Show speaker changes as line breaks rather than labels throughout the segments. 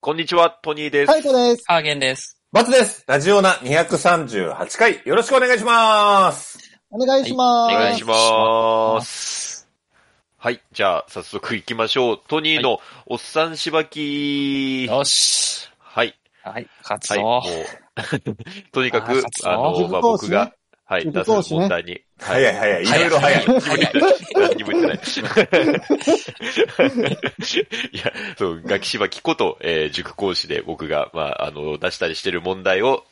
こんにちは、トニーです。
はい、これです。
ハーゲンです。
バツです。ラジオナ238回、よろしくお願いします。
お願いしま
お
す。
はい
願いします。はい、じゃあ、早速行きましょう。トニーのおっさんしばき。はい。
よし。
はい、
はい、勝つ
も
ぞ。
う とにか
あー
く
勝つ、ぞ
あの、まあ、僕が、はい、
塾
出
講師ね
す問題に。は
早い早い、いろいろ早い。
早い。
何にも言ってない。 いや、そう、ガキしばきこと、えー塾講師で僕が、まあ、あの、出したりしてる問題を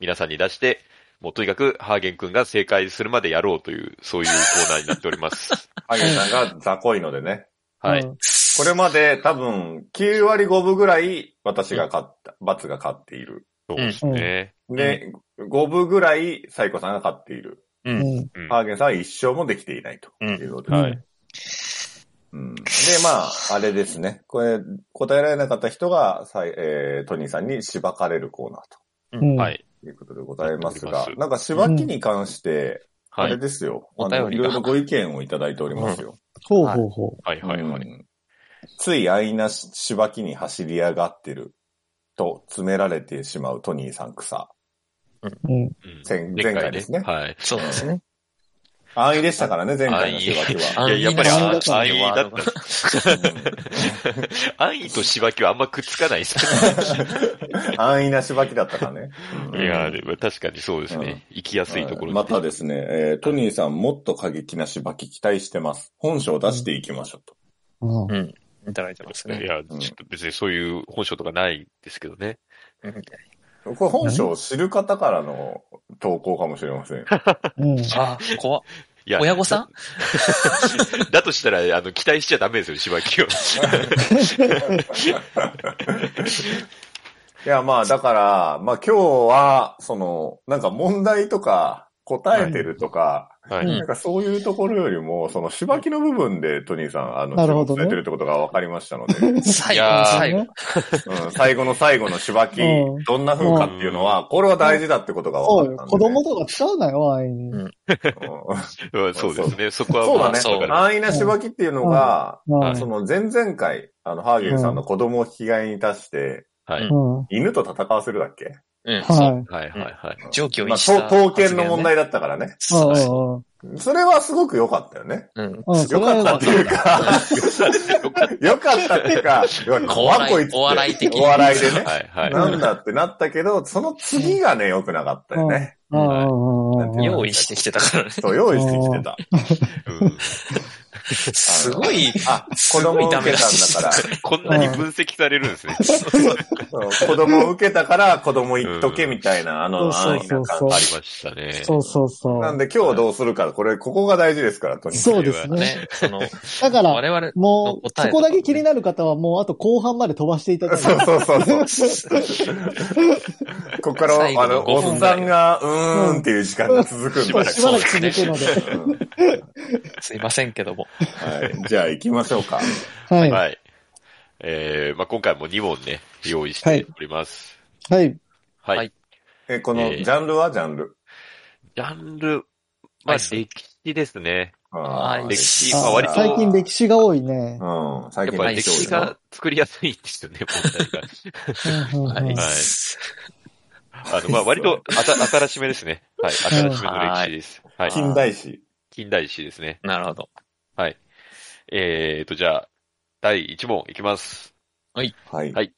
皆さんに出して、もうとにかく、ハーゲン君が正解するまでやろうという、そういうコーナーになっており ます。
ハゲさんが雑魚いのでね。
はい。
うん
これまで多分9割5分ぐらい私が勝った、バツが勝っている。
そうですね。
で、5分ぐらいサイコさんが勝っている。
うん。
うん
ハーゲンさんは一生もできていないということで。
は
はいい。
うんで、まあ、あれですね。これ、答えられなかった人が、さいえー、トニーさんにしばかれるコーナー
うん
は。い。
ということでございます
やっ
が
ております、
なんかしばきに関して、あ
はい
れ。ですよ。
お
あの
便りが
いろいろご意見をいただいておりますよ。
ほうほうほ
はい。はい。はい。
うんつい愛なししばきに走り上がってると詰められてしまうトニーさん草。
う。うん。
うん
前前回ですね
はい。
そうですね。
安易でしたからね、前回のしばき
い
は。
や、やっぱり安易、安
安
易
易
だ
だ
っ。
った
安易としばきはあんまくっつかないですね。
安易なしばきだったかね。
いや、でも確かにそうですね。行きやすいところ
またですね、えートニーさんもっと過激なしばき期待してます。本性出していきましょうと。
うん
うん。いただいてます
い
ね。
や、ちょ
う
っ
ん
と別にそういう本性とかないですけどね。
うん
これ本性を知る方からの投稿かもしれません。
うん。
あ、怖っ
いや、
親御さん
だとしたら、あの、期待しちゃダメですよ、しばきを。
いや、まあ、だから、まあ今日は、その、なんか問題とか、答えてるとか、
は
うん
い。
なんかそういうところよりも、その、しばきの部分で、トニーさん、あの、
なるほどね
注目されてるってことが分かりました ので、うん
最
い
後
や
の
ー
最後。
最後の最後のしばき
うん、
どんな風かっていうのは、これは大事だってことが
そ
分
うよ。
かったんで。
子供とか使うなよ、安易に。
うん
うん
うんそうですね。そこは
そう
ま
だ
あ、
ね。
そうだね。
安易なしばきっていうのが、
うん
はい
その前々回、あの、ハーゲンさんの子供を引き換えに出して、
はい。
うん
うん。は
犬と戦わせるだっけ
うん。そう。
い。
はい、はい、はい。
上記を
まあ、
逸した
と刀剣の問題だったから
う
ね。
ん
そう。
それはすごく良かったよね。
うん。
うん。うん。そ
良
れは
か
よ
っ
か
た
っ
っていうか、良かったっていうか、うわ怖こいっつって。
お笑い的
お笑いでね。
はい、はい。
なんだってなったけど、その次がね、良くなかったよね。
た。うんうんうんうん。
用意してきてたからね。
そう、用意してきてた。
うん
すごい、
あ、子
すご
供
い
受
ダメ
け
出
た
し
んだか
こんなに分析されるんですね。
ら、そう子供受けたから子供言っとけみたいな、あの、
そう
安易
そ
な
う
感
あ
そ
り
う
ましたね。
そううそうそ
じ。なん
う。
で今日どうするか、これ、ここが大事ですから、とにかく。
そうですね。
ね、その、
だから、
我々、
もう、
答
そ
えとか
こだけ気になる方はもう、あと後半まで飛ばしていただいて。
そうそうそうそう。ここから、
最後
あ
の
の、
五分
おっさんが、うーんっていう時間が続くん
し
で。
ばら
しばら
く
く
続くので。
すいませんけども。
はい。じゃあ行きましょうか。
はい。
はい。えー、まあ今回も2問ね、用意しております。
はい。
は
はいい。
え、この、
え
ジ
ー
ャンルはジャンル。
ジャンル、まあ
はい
歴史ですね。
あー
歴史
まあ割
あ
と
最近歴史が多いね。
うん。最
やっ
近
ぱ
多い
歴史が作りやすいんですよね、問題が。
うんうんうん
はい。
あの、まあ、割と、あた、新しめですね。はい。新しめの歴史です。はい。
近代史。
近代史ですね。
なるほど。
えーと、じゃあ、第1問いきます。
はい。
はい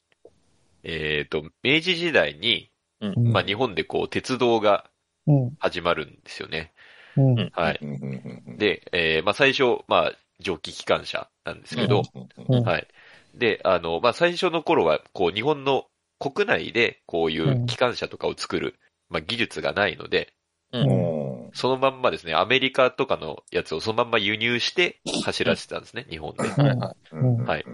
えーと、明治時代に、
うん
まあ、日本でこう、鉄道が
うん。
始まるんですよね。
うん。
はい。
うんうんうん
で、えー、まあ、最初、まあ、蒸気機関車なんですけど、
うん
うん
はい。で、あの、まあ、最初の頃は、こう、日本の国内で、こういう機関車とかを作る、まあ、技術がないので、
うん
うん
そのまんまですね、アメリカとかのやつをそのまんま輸入して走らせてたんですね、日本で。
はいはい
うん
はい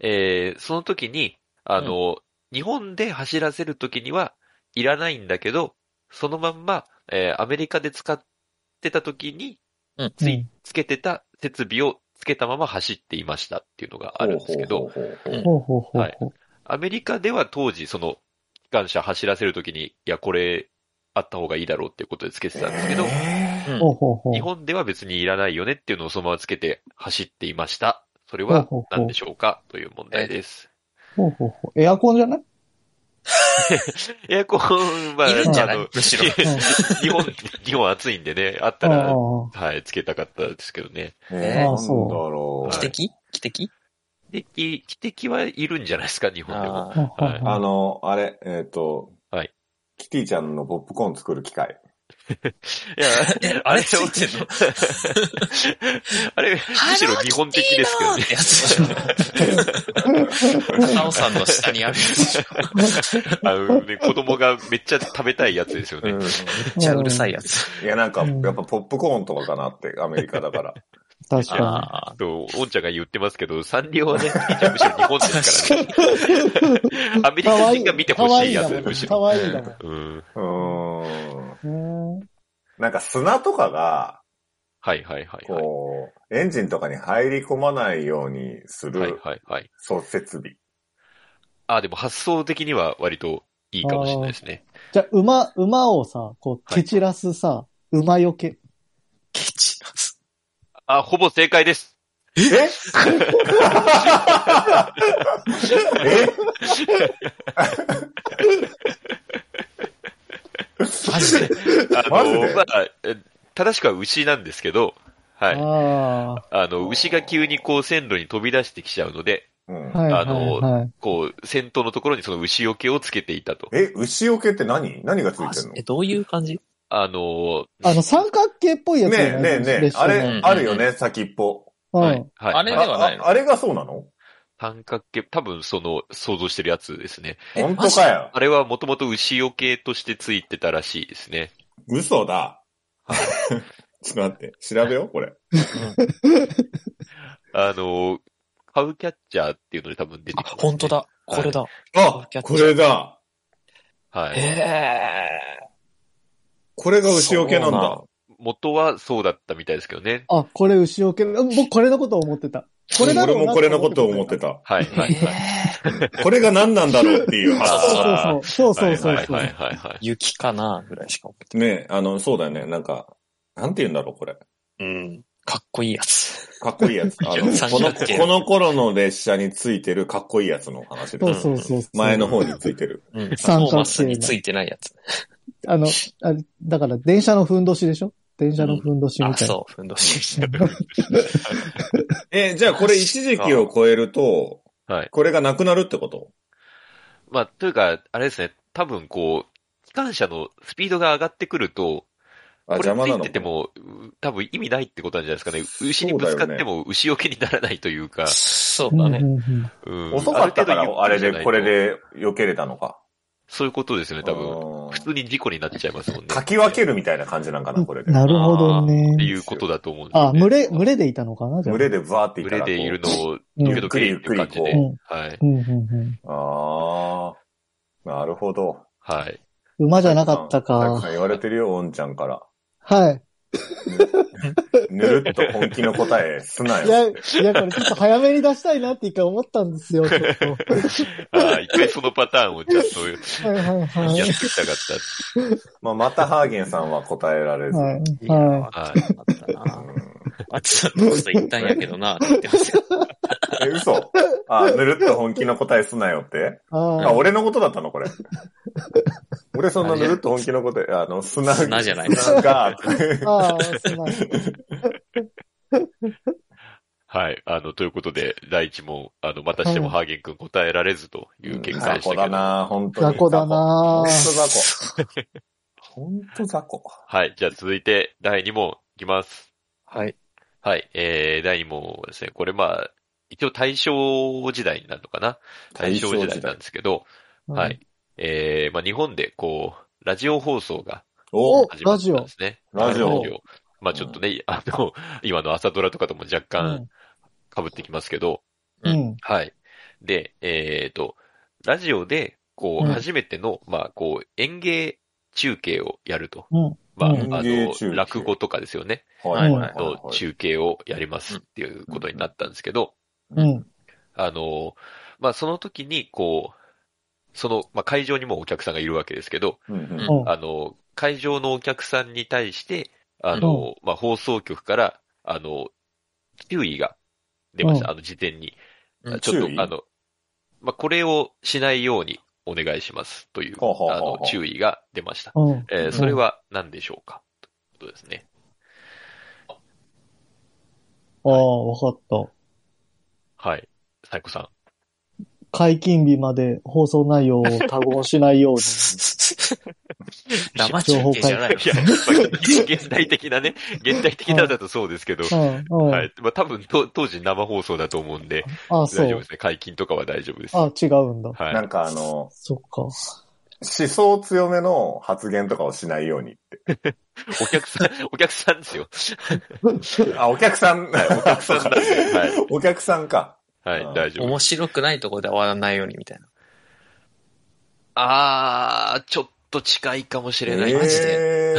えー、その時に、あの、日本で走らせる時にはいらないんだけど、そのまんま、えーアメリカで使ってた時についつけてた設備をつけたまま走っていましたっていうのがあるんですけど、
ほうほうほうほ
ほ
う
うほうほうほう。
アメリカでは当時その機関車走らせる時に、いや、これあった方がいいだろうっていうことでつけてたんですけど、
え
ほうほうほう。
日本では別にいらないよねっていうのをそのままつけて走っていました。それは何でしょうかという問題です。
ほうほうほう。エアコンじゃない
エアコンは、
いるんじゃな
あの
いむしろ。
うん
日本、日本暑いんでね、あった
あ
ら、
あ
はい、つけたかったですけどね。
えー、
あー
なんだ
そう
ろ
は
う
い
汽。笛汽笛
汽笛、汽笛はいるんじゃないですか、日本でも。
あ
あ
ー
あああ
あの、あれ、えっ、と、
はい。
キティちゃんのポップコーン作る機械。
いや、 あ
あ
れ、
れついてんの
あれ、むしろ日本的ですけどね
っ。てやつでし ょ。ナオさんの下にあるやつでしょ。
あのね、子供がめっちゃ食べたいやつですよね。
うん
めっちゃうるさいやつ。
いや、なんか、
うん
やっぱポップコーンとかかなって、アメリカだから。
確か
あ
と、おんちゃんが言ってますけど、サンリオはね、むしろ日本ですからね。アメリ
に。
カ人が見てほしいやつ、むし
か
ろ。
わいいだもん。
うん。
うーん。
かわいいだもん。う
なんか砂とかが、
はいはいはいはい。
こう、エンジンとかに入り込まないようにす
はい
る
はいはい。
そう設備。
あ、でも発想的には割といいかもしれないですね。
ーんじゃあ、馬、馬をさ、こう、蹴散らすさ、馬よけ。
ケチ。
あ、ほぼ正解です。
え
マジで。
あ
マジで
の、まあ、え正しくは牛なんですけど、はい。
ああ。
あの、牛が急にこう線路に飛び出してきちゃうので、
え、うん
はい、
あ
はい、
の
はい。
こう、先頭のところにその牛よけをつけていたと。
え、牛よけって何何がついてんの
え、どういう感じ
あの、
あの、三角形っぽいやつ
ね
じゃ
え
ない
ねえねえ
列、車
あ
の
れ、あるよね、先っぽ。
は
う
い
ん。。
はい。
あれではないの
あああれがそうなの
三角形、多分その想像してるやつですね。
え
本当かよ。
あれはもともと牛よけとしてついてたらしいですね。
嘘だ。 ちょっと待って、調べよう、これ。
あの、カウキャッチャーっていうので多分出て
あ、
きますね
本当。だ。これだ。
あこれだ。
は
へ
い。
え。
これが牛よけなん
そう
だ
な。
元はそうだったみたいですけどね。
あ、これ牛よけ。うん僕これのことを思ってた。これだろ
俺
うな
もこれのことを思って
た。
た。
はい、はい、はい。
えー
これが何なんだろうっ ていう
あ
話。
そうそうそう。そうそ
はいう
うそ
はい
そう。
はいはい。
雪かなぐらいしか思ってない。
ねえ、あの、そうだよね。なんか、なんて言うんだろう、これ。
うん。かっこいいやつ。
かっこいいやつ。 あの、
三
この、
角形
この頃の列車についてるかっこいいやつの話で
そう
す。
そうそう。
前の方についてる。
うん。
三角形の
トーマスについてないやつ。
あの、あれだから電車のふんどしでしょ電車のふんどしみ
あ、
たいな。
そう。ふんどし。
え、じゃあこれ一時期を超えると、
はい。
これがなくなるってこと
まあ、というか、あれですね、多分こう、機関車のスピードが上がってくると、
あ、
これ
邪
つ
魔ないの
てても、う多分意味ないってことなんじゃないですかね。牛にぶつかっても牛よけにならないというか。
そう
うんう
だ
ん
ね。
うん
うん
遅かったか
る程
ら、
度
あ
ゆっくり
れ
じゃない
で、
と
これ。で避けれたのか。
そういうことですよね、多分。
うん
普通に事故になっちゃいますもんね。
かき分けるみたいな感じなんかな、これで。
なるほど
って
ね。
いうことだと思うんです
あ、
よね。
群れ、群れでいたのかなじゃあ。
群れでバーってい
群
た
れ
らこう
でいるのを、
う
時
ん
々っていう感じ
ゆっくりゆっくり
で
こ。
はい。
うんうんうん。
ああ。なるほど。
はい。
馬じゃなかった
なん
か。
か言われてるよ、おんちゃんから。
はい。
ぬるっと本気の答えすないよ。
や、いや、これちょっと早めに出したいなって一回思ったん ですよ、ちょっと。
あ一回そのパターンをちゃんと
はいはいはい。
やってきたかった。
まあ、またハーゲンさんは答えられず。
はい。
や
は
は
あ
い
ったな。
うん
あっちのこと言ったんやけどな、って言ってますよ。
え、嘘あ、ぬるっと本気の答えすなよって
い。は
あ、俺のことだったの これ。俺そんなぬるっと本気の答え、あの、砂、
砂じゃない
砂が、
い。ああ、すまん。
はい。あの、ということで、第一問、あの、またしてもハーゲン君答えられずという結果で
雑
した
魚
けど。
だな本当に。
雑魚だな
本当雑魚。本当雑魚。
はい。じゃあ続いて、第二問いきます。
はい。
はい。えー、第2問はですね、これまあ、一応大正時代になるのかな大正時代なんですけど、 は。い。えー、まあ日本でこう、ラジオ放送が
お
始まったんですね。
おラジオ
はいまあちょっとね、あの、 今の朝ドラとかとも若干被ってきますけど、
うん。
はい。で、えーと、ラジオで、こう、
うん
初めての、まあこう、演芸中継をやると。
うん
まあ、
うん
あ
演芸
の
中、継
落語とかですよね。
はい
は
はいい
の
はい。
中継をやりますっていうことになったんですけど、
うん。
あの、まあ、その時に、こう、その、まあ、会場にもお客さんがいるわけですけど、
うんうん
うん。
あの、会場のお客さんに対して、あの、まあ、放送局から、あの、注意が出まし
う
た。あの、事前に
うん。
ちょっ
注意
と、あの、まあ、これをしないようにお願いしますという、
ほうほうほう
あ
ほう
の、注意が出ました。
うん。
えーそれは何でしょうかということですね。
ああ、わかった。
はい。サイコさん。
解禁日まで放送内容を多言しないように。
生中継じゃ ないの
いや、まあ現代的なね、現代的なだとそうですけど、
うん、うん。
はい。まあ、多分と、当時生放送だと思うんで、
ああ、そ
大丈夫
う
で。すね。解禁とかは大丈夫です。
ああ、違うんだ。
はい。
なんかあの、
そっか。
思想強めの発言とかをしないように。
お客 さん、お客さんですよ。
あ、お客さん、
はい、お客さんなんで。は
お客さんか。
い。はい、大丈夫。
面白くないところで終わらないようにみたいな。
あー、ちょっと近いかもしれない。
マジで
で。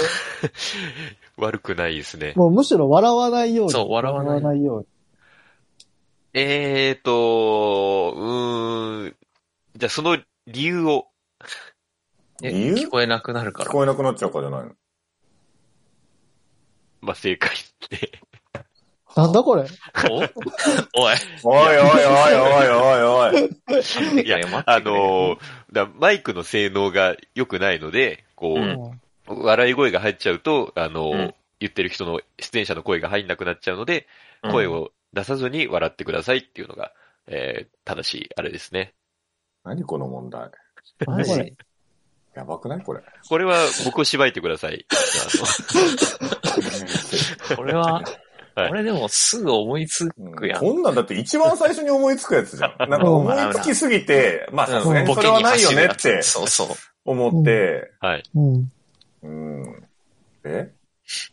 悪くないですね。
もうむしろ笑わないように。
そう笑わない
ように。
えーと、うーん。じゃあその理由を、
え
理由
聞こえなくなるか
聞
ら。
こえなくなっちゃうからじゃないの。
まあ、正解って。
なんだこれ
おおい。
おいおいおいお いおいおい。
いや
いや待ってくれ
あのーだマイクの性能が良くないので、こう、
うん
笑い声が入っちゃうと、あのー
うん
言ってる人の、出演者の声が入んなくなっちゃうので、
うん
声。を出さずに笑ってくださいっていうのが、えー、正しい、あれですね。
何この問題。
なん
マ
だこ
ジ
れ
で
やばくないこれ。
これは僕を縛いてください。
これは、
はい
これでもすぐ思いつくやん。
こんなんだって一番最初に思いつくやつじゃん。なんか思いつきすぎて、まあさすがに
ボ
そ
ケ
れ
に
はないよねっ
走る
て
やつそうそう。
思って、
あのはい。
うん。
うん。え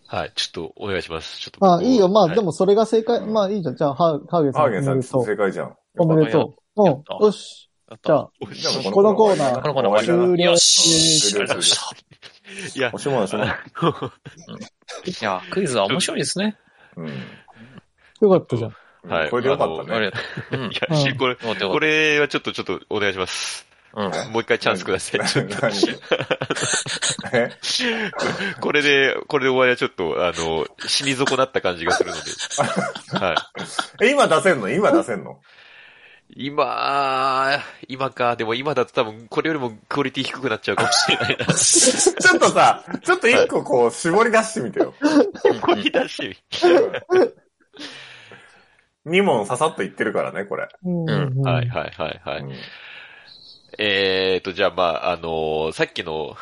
はい。ちょっとお願いします。ちょっと僕を。
ああ、いいよ。まあ、
はい
でもそれが正解。
うん
まあいいじゃん。じゃあ、ハーハーゲンさん。
ハーゲンさ
おめ
ん
でとう
正解じゃん。
おめでとう。
やっ
うん。
た
よし。
やっ
じゃあ、
お
じゃあもう
このコーナー
このコーナー
終わりだな
終了
よし。
終了
ありがとうございまし た
いや
お、しまいおしまい。
いや、クイズは面白いですね。
うん
よかったじゃん。
はい
これでよかった
あ
ね。
りがとう。うん。
いや、これ、
もうでも
こ、れはちょっと、ちょっとお願いします。
うん。
もう一回チャンスください。ちょっと
何 え
これで、これで終わりはちょっと、あの、死に損なった感じがするので。はい。
え今出せんの今出せんの
今、今か。でも今だと多分、これよりもクオリティ低くなっちゃうかもしれないな。
ちょっとさ、ちょっと一個こう、絞り出してみてよ。
こに出してみ。
2問ささっと言ってるからね、これ。
うん
うん
うん
はい、はい、はい、はい。
うん
えーと、じゃあ、まあ、あのーさっきの、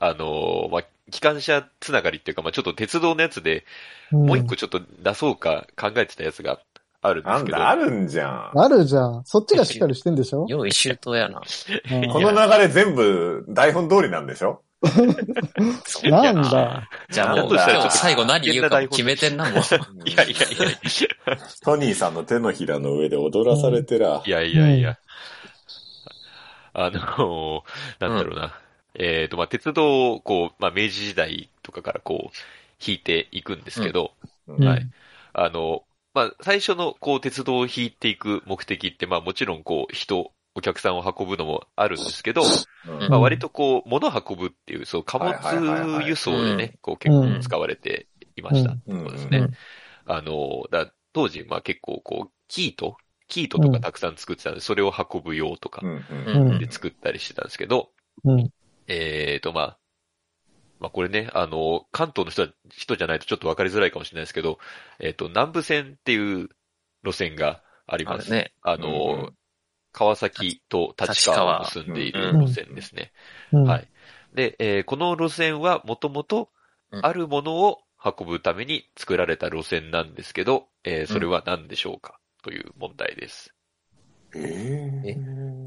あのーまあ、機関車つながりっていうか、まあ、ちょっと鉄道のやつで、
ん
もう一個ちょっと出そうか考えてたやつがあるんで
な
す
ん
けど。
だ、あるんじゃん。
あるじゃん。そっちがしっかりしてんでしょ
用意周到やな。
うん
この流れ全部台本通りなんでしょ
なんだ。
じゃあもう、
だとしたら
今
ちょ
日
っと
最後何言うかも決めてんな、もう。
いやいやいやい
トニーさんの手のひらの上で踊らされてら。
や。いやいやいや。あのーなんだろうな。えーと、まあ、鉄道を、こう、まあ、明治時代とかからこう、引いていくんですけど、
うん
はい。あの、まあ、最初の、こう、鉄道を引いていく目的って、まあ、もちろん、こう、人、お客さんを運ぶのもあるんですけど、
うん
まあ、割とこう、物を運ぶっていう、そう、貨
はいはいはいは
物
い
輸送で
うん
ね、こう、結構使われていました。
うん
そうです
う
ね
ん。
あの、だ当時、まあ、結構、こう、キートキートとかたくさん作ってたんで、それを運ぶ用とか
うんう
うんん
うん
で作ったりしてたんですけど、
うん。
えーと、まあ、まあこれね、あの、関東の人は、人じゃないとちょっとわかりづらいかもしれないですけど、えっ、と、南武線っていう路線があり
あ
ま
れ
す。
ね。
あ
うんう
の、川崎と立川を結んでいる
立
川
路線ですね。
うん
はい。で、えーこの路線はもともと
うん
あるものを運ぶために作られた路線なんですけど、えーそれは何でしょうかという問題です。
え
え
ー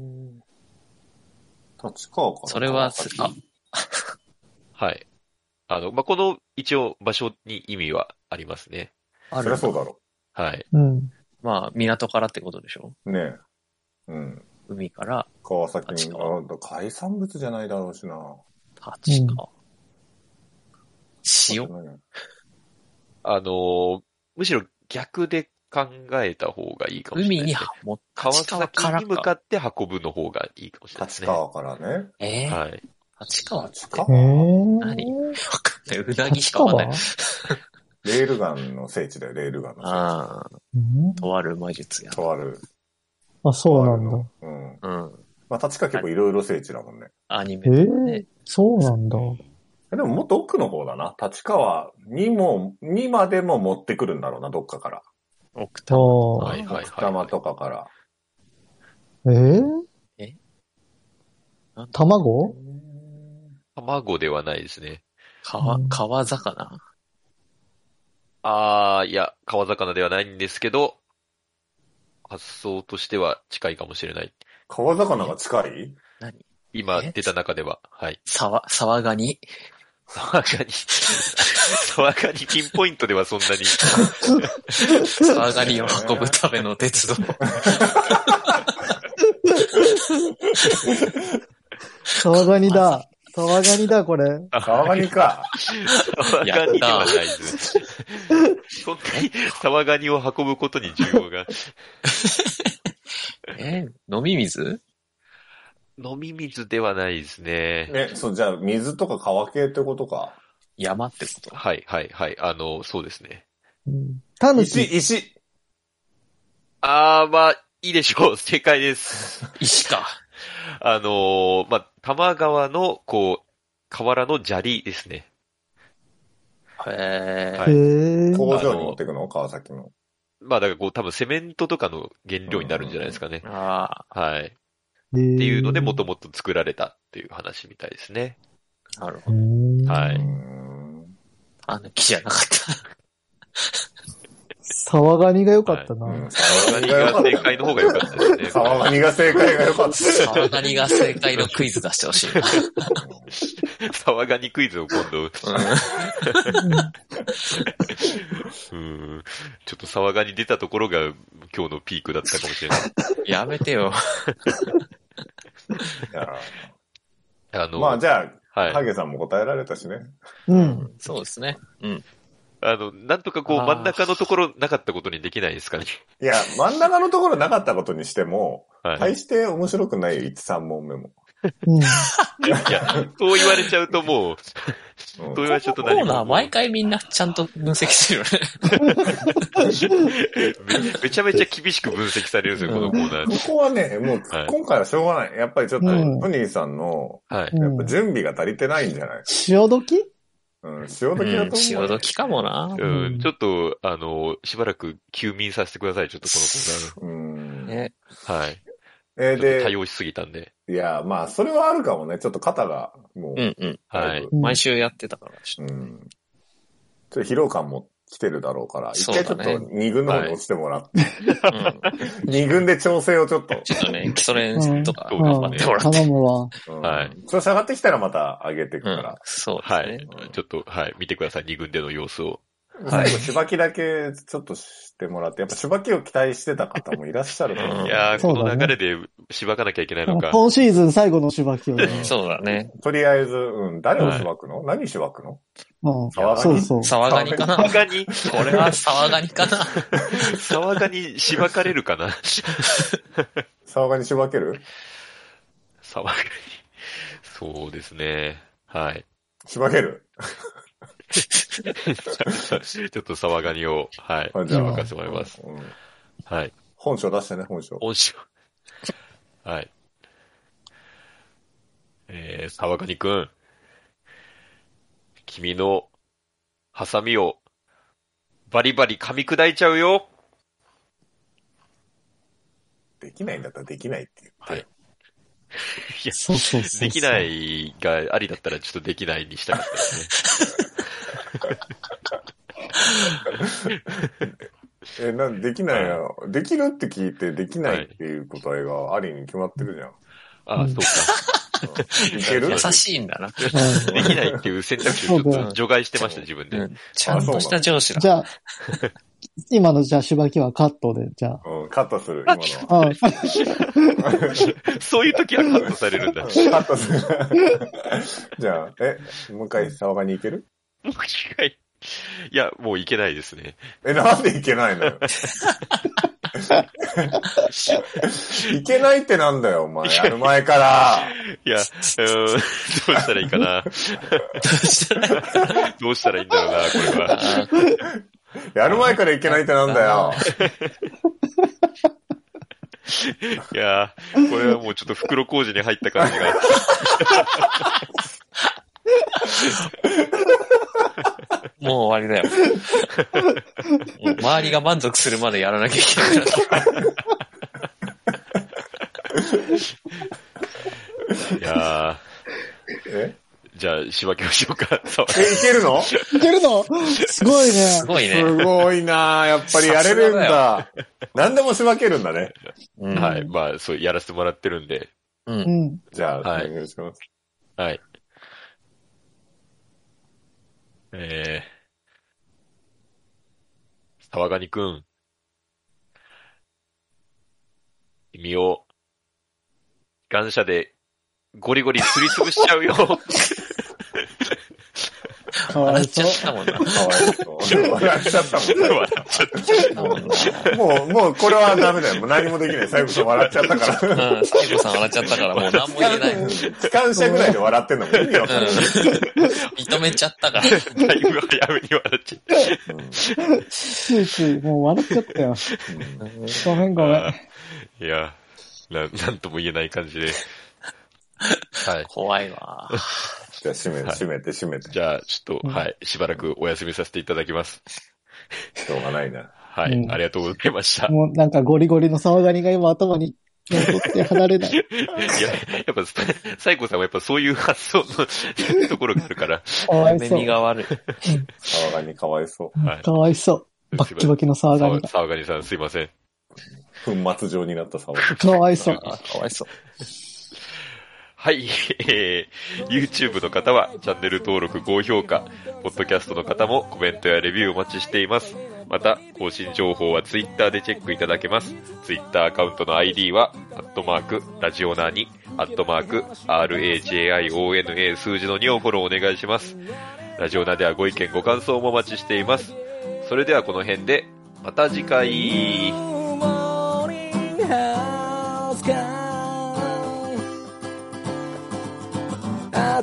立川かな
それは、あ、
はい。あの、まあ、この一応場所に意味はありますね。
あ
そ
る
りゃ。そうだろ
はい。
うん。
まあ、港からってことでしょ
う。ねえ。うん。
海から、
川崎に
立、川
あ海産物じゃないだろうしな。
立川。塩
あのーむしろ逆で考えた方がいいかもしれ
海
ないで
に
すね、、
もう、
川
立川か
崎
ら
に向か
か。
って運ぶの方がいいかもしれないです
立
ね。
川からね。
えー、
はい。
立川わ
立
え
川
ー。
何かんない。うなぎし
立
かわか
川
んない。
レールガンの聖地だよ、レールガンの聖地。
ああ、
うん
とある魔術や。
とある
あ、そうなんだ。
だ。うん。
うん。
まあ、立川結構いろいろ聖地だもんね。
アニ
え
メ。
ー、そうなんだ。
でももっと奥の方だな。立川にも、にまでも持ってくるんだろうな、どっかから。
奥
あ
多
あ、
摩。
はいはいはい
奥多摩とかから。
えー、
なんだ
卵
卵ではないですね。
川
う、ん
川魚
あー、いや、川魚ではないんですけど、発想としては近いかもしれない。
川魚が近い
何
今
え
出た中では、はい。
沢、沢ガニ
沢ガニ。沢ガニピンポイントではそんなに。
沢ガニを運ぶための鉄道。
沢ガニだ。沢ガニだ、これ。
川ガニか。
沢ガニではないです。そんなに沢ガニを運ぶことに需要が。
え飲み水
飲み水ではないですね。
え、そう、じゃあ水とか川系ってことか。
山ってこと
はいはいはい。あの、そうですね。
うんタヌ
石、
キ。
石。
あー、まあ、いいでしょう。 正解です。
石か。
あのーまあ、多摩川の、こう、河原の砂利ですね。
へー
は
へ
い
えー。
工場に持ってくの川崎の。
まあ、だからこう、多分セメントとかの原料になるんじゃないですかね。
あ
はい。っ
って
ていうので、もともと作られたっていう話みたいですね。
あ、なるほど。
と
は
う
い。
ん
あの木じゃなかった。
沢ガニが良かったな。
うん
川ガ
川
ニ
ニが良か
が
っ
正解の方が良かったですね。
た。川ガニが正解が 良か っ
沢ガニが正解のクイズ出してほしいな。
た。
沢ガニクイズを今度、
うん
うん。ちょっと沢ガニ出たところが今日のピークだったかもしれない。
やめてよ。
いや
あの、
まあじゃあ、ハ
はい。
ゲさんも答えられたしね。
うん。
そうですね。うん。
あの、なんとかこう
あー
真ん中のところなかったことにできないですかね。
いや、真ん中のところなかったことにしても、
はい。
大して面白くないよ、1、3問目も。
うん。
いや、そう言われちゃうともう、
うん
そう言われちゃうと
コー
何も
ナー
もう
毎回みんなちゃんと分析してるよね。
めめちゃめちゃ厳しく分析されるんですよ、このコーナー
ここはね、もう
はい、
今回はしょうがない。やっぱりちょっと、
うん
トニーさんの、
はい。
やっぱ準備が足りてないんじゃない
潮時
うん、潮
う
時だ
ん、
と思う。
潮時かも
う、
な。
うんん
ちょっと、あの、しばらく休眠させてください、ちょっとこのコー
うん。
ね。
ナー。はい。
え
ちょっと
ー
対
で、
応しすぎたんで。
いや、まあ、それはあるかもね。ちょっと肩が、もう、
うんうん。
は
だい
い
ぶ。
うん
毎週やってたから。
うん。ちょっと疲労感も来てるだろうから、一
そう
回ち
だ
ょっ
ね
と二軍の方に落ちてもらって、
うん
二軍で調整をちょっと。
ちょっとね、基礎練とか
うん
頑張ってもらって。
頼むわ。
うん
はい。
それ下がってきたらまた上げてい
う
くか
ん
ら。、
そうですね。
はい。ちょっと、はい。見てください、二軍での様子を。
最後、しばきだけちょっとしてもらって、やっぱしばきを期待してた方もいらっしゃると思う
うん
いやー、
そう
こ
だね
の流れでしばかなきゃいけないのか。
今シーズン最後のしばきをね。
そうだね。
とりあえず、うん、誰をしばくの、何しばくの
うん
沢ガ
そ
ニ
うそう。
沢ガニかな
沢ガニ、
これは沢ガニかな
沢ガニしばかれるかな
沢ガニしばける
沢ガニ。そうですね。はい。
しばける
ちょっと沢ガニを、はい。
あじ
し
ゃあ
ばかせてもらいます。
うん
はい。
本性出してね、本性。
音声。はい。えー、沢谷くん。君の、ハサミを、バリバリ噛み砕いちゃうよ。
できないんだったらできないって言って。
はいいや、
そうそうそう。
できな。いがありだったらちょっとできないにしたかったです
え、なんできないな、できるって聞いて、できないっていう答えがありに決まってるじゃん。
ね。ああ、そうか。
いける
優しいんだな。
うん
できないっていう選択肢をちょっと除外してました、自分
う
で。
ん、ちゃんとした上司だ。
じゃあ、今のじゃあしばきはカットで、じゃあ。
うん、カットする、今のは。
あ
そういう時はカットされるんだ。
うんカットする。じゃあ、え、もう一回沢ガニいける
もう一回。いや、もういけないですね。
え、なんでいけないのよ。いけないってなんだよ、お前。やる前から。
いや、うーん、どうしたらいいかな。どうしたらいいんだろうな、これは。
あ
やる前からいけないってなんだよ。
いやー、これはもうちょっと袋工事に入った感じが。
もう終わりだよ。もう周りが満足するまでやらなきゃいけないから。
いや
え
ー、じゃあ仕分けましょうか。そう
え、いけるのす
いけるのすごいね
す。ごいね。
ごいなやっぱりやれるんだ。何でも仕分けるんだね。
うん
ん
はい。まあ、そう、やらせてもらってるんで。
うん
うん。
じゃあ、
はい
お願いします。
はい。えー、沢ガニくん。君を、感謝で、ゴリゴリすりつぶしちゃうよ。
かわ
笑
い
っち
そ
ゃ
う。
ったもんな。
かわいそう。笑っちゃったも
笑っちゃった
んね。もう、もうこれはダメだよ。もう何もできない。最後さん笑っちゃったから。
うん、最後さん笑っちゃったからもう何も言えない。うん
機関車ぐらいで笑ってんのも意味わかんない。
認めちゃったから。
だいぶ早めに笑っちゃった。
ついつい、もう笑っちゃったよ。ごめんごめん。
いや、な、なんとも言えない感じで。はい。
怖いわ。
じゃあ、閉め、
はい
閉めて、閉めて。
じゃあ、ちょっと、
うん
はい、しばらくお休みさせていただきます。
しょうがないな。
はい、
うん
ありがとうございました。
もうなんかゴリゴリの騒がりが今頭に残って離れ ない。
いや、やっぱ、サイコさんはやっぱそういう発想の ところがあるから、
かわいそ
耳
う。
が悪い。
騒がにかわいそう。
はい
かわいそう。バッキバキの騒がりが。
沢ガニさんすいません。
粉末状になった騒が
かわいそう。
あかわいそう。
はい、えー、YouTube の方はチャンネル登録、高評価、ポッドキャストの方もコメントやレビューお待ちしています。また、更新情報は Twitter でチェックいただけます。Twitter アカウントの ID は、アットマーク、ラジオナーに、アットマーク、RAJIONA 数字の2をフォローお願いします。ラジオナーではご意見、ご感想もお待ちしています。それではこの辺で、また次回。
Morning House Girl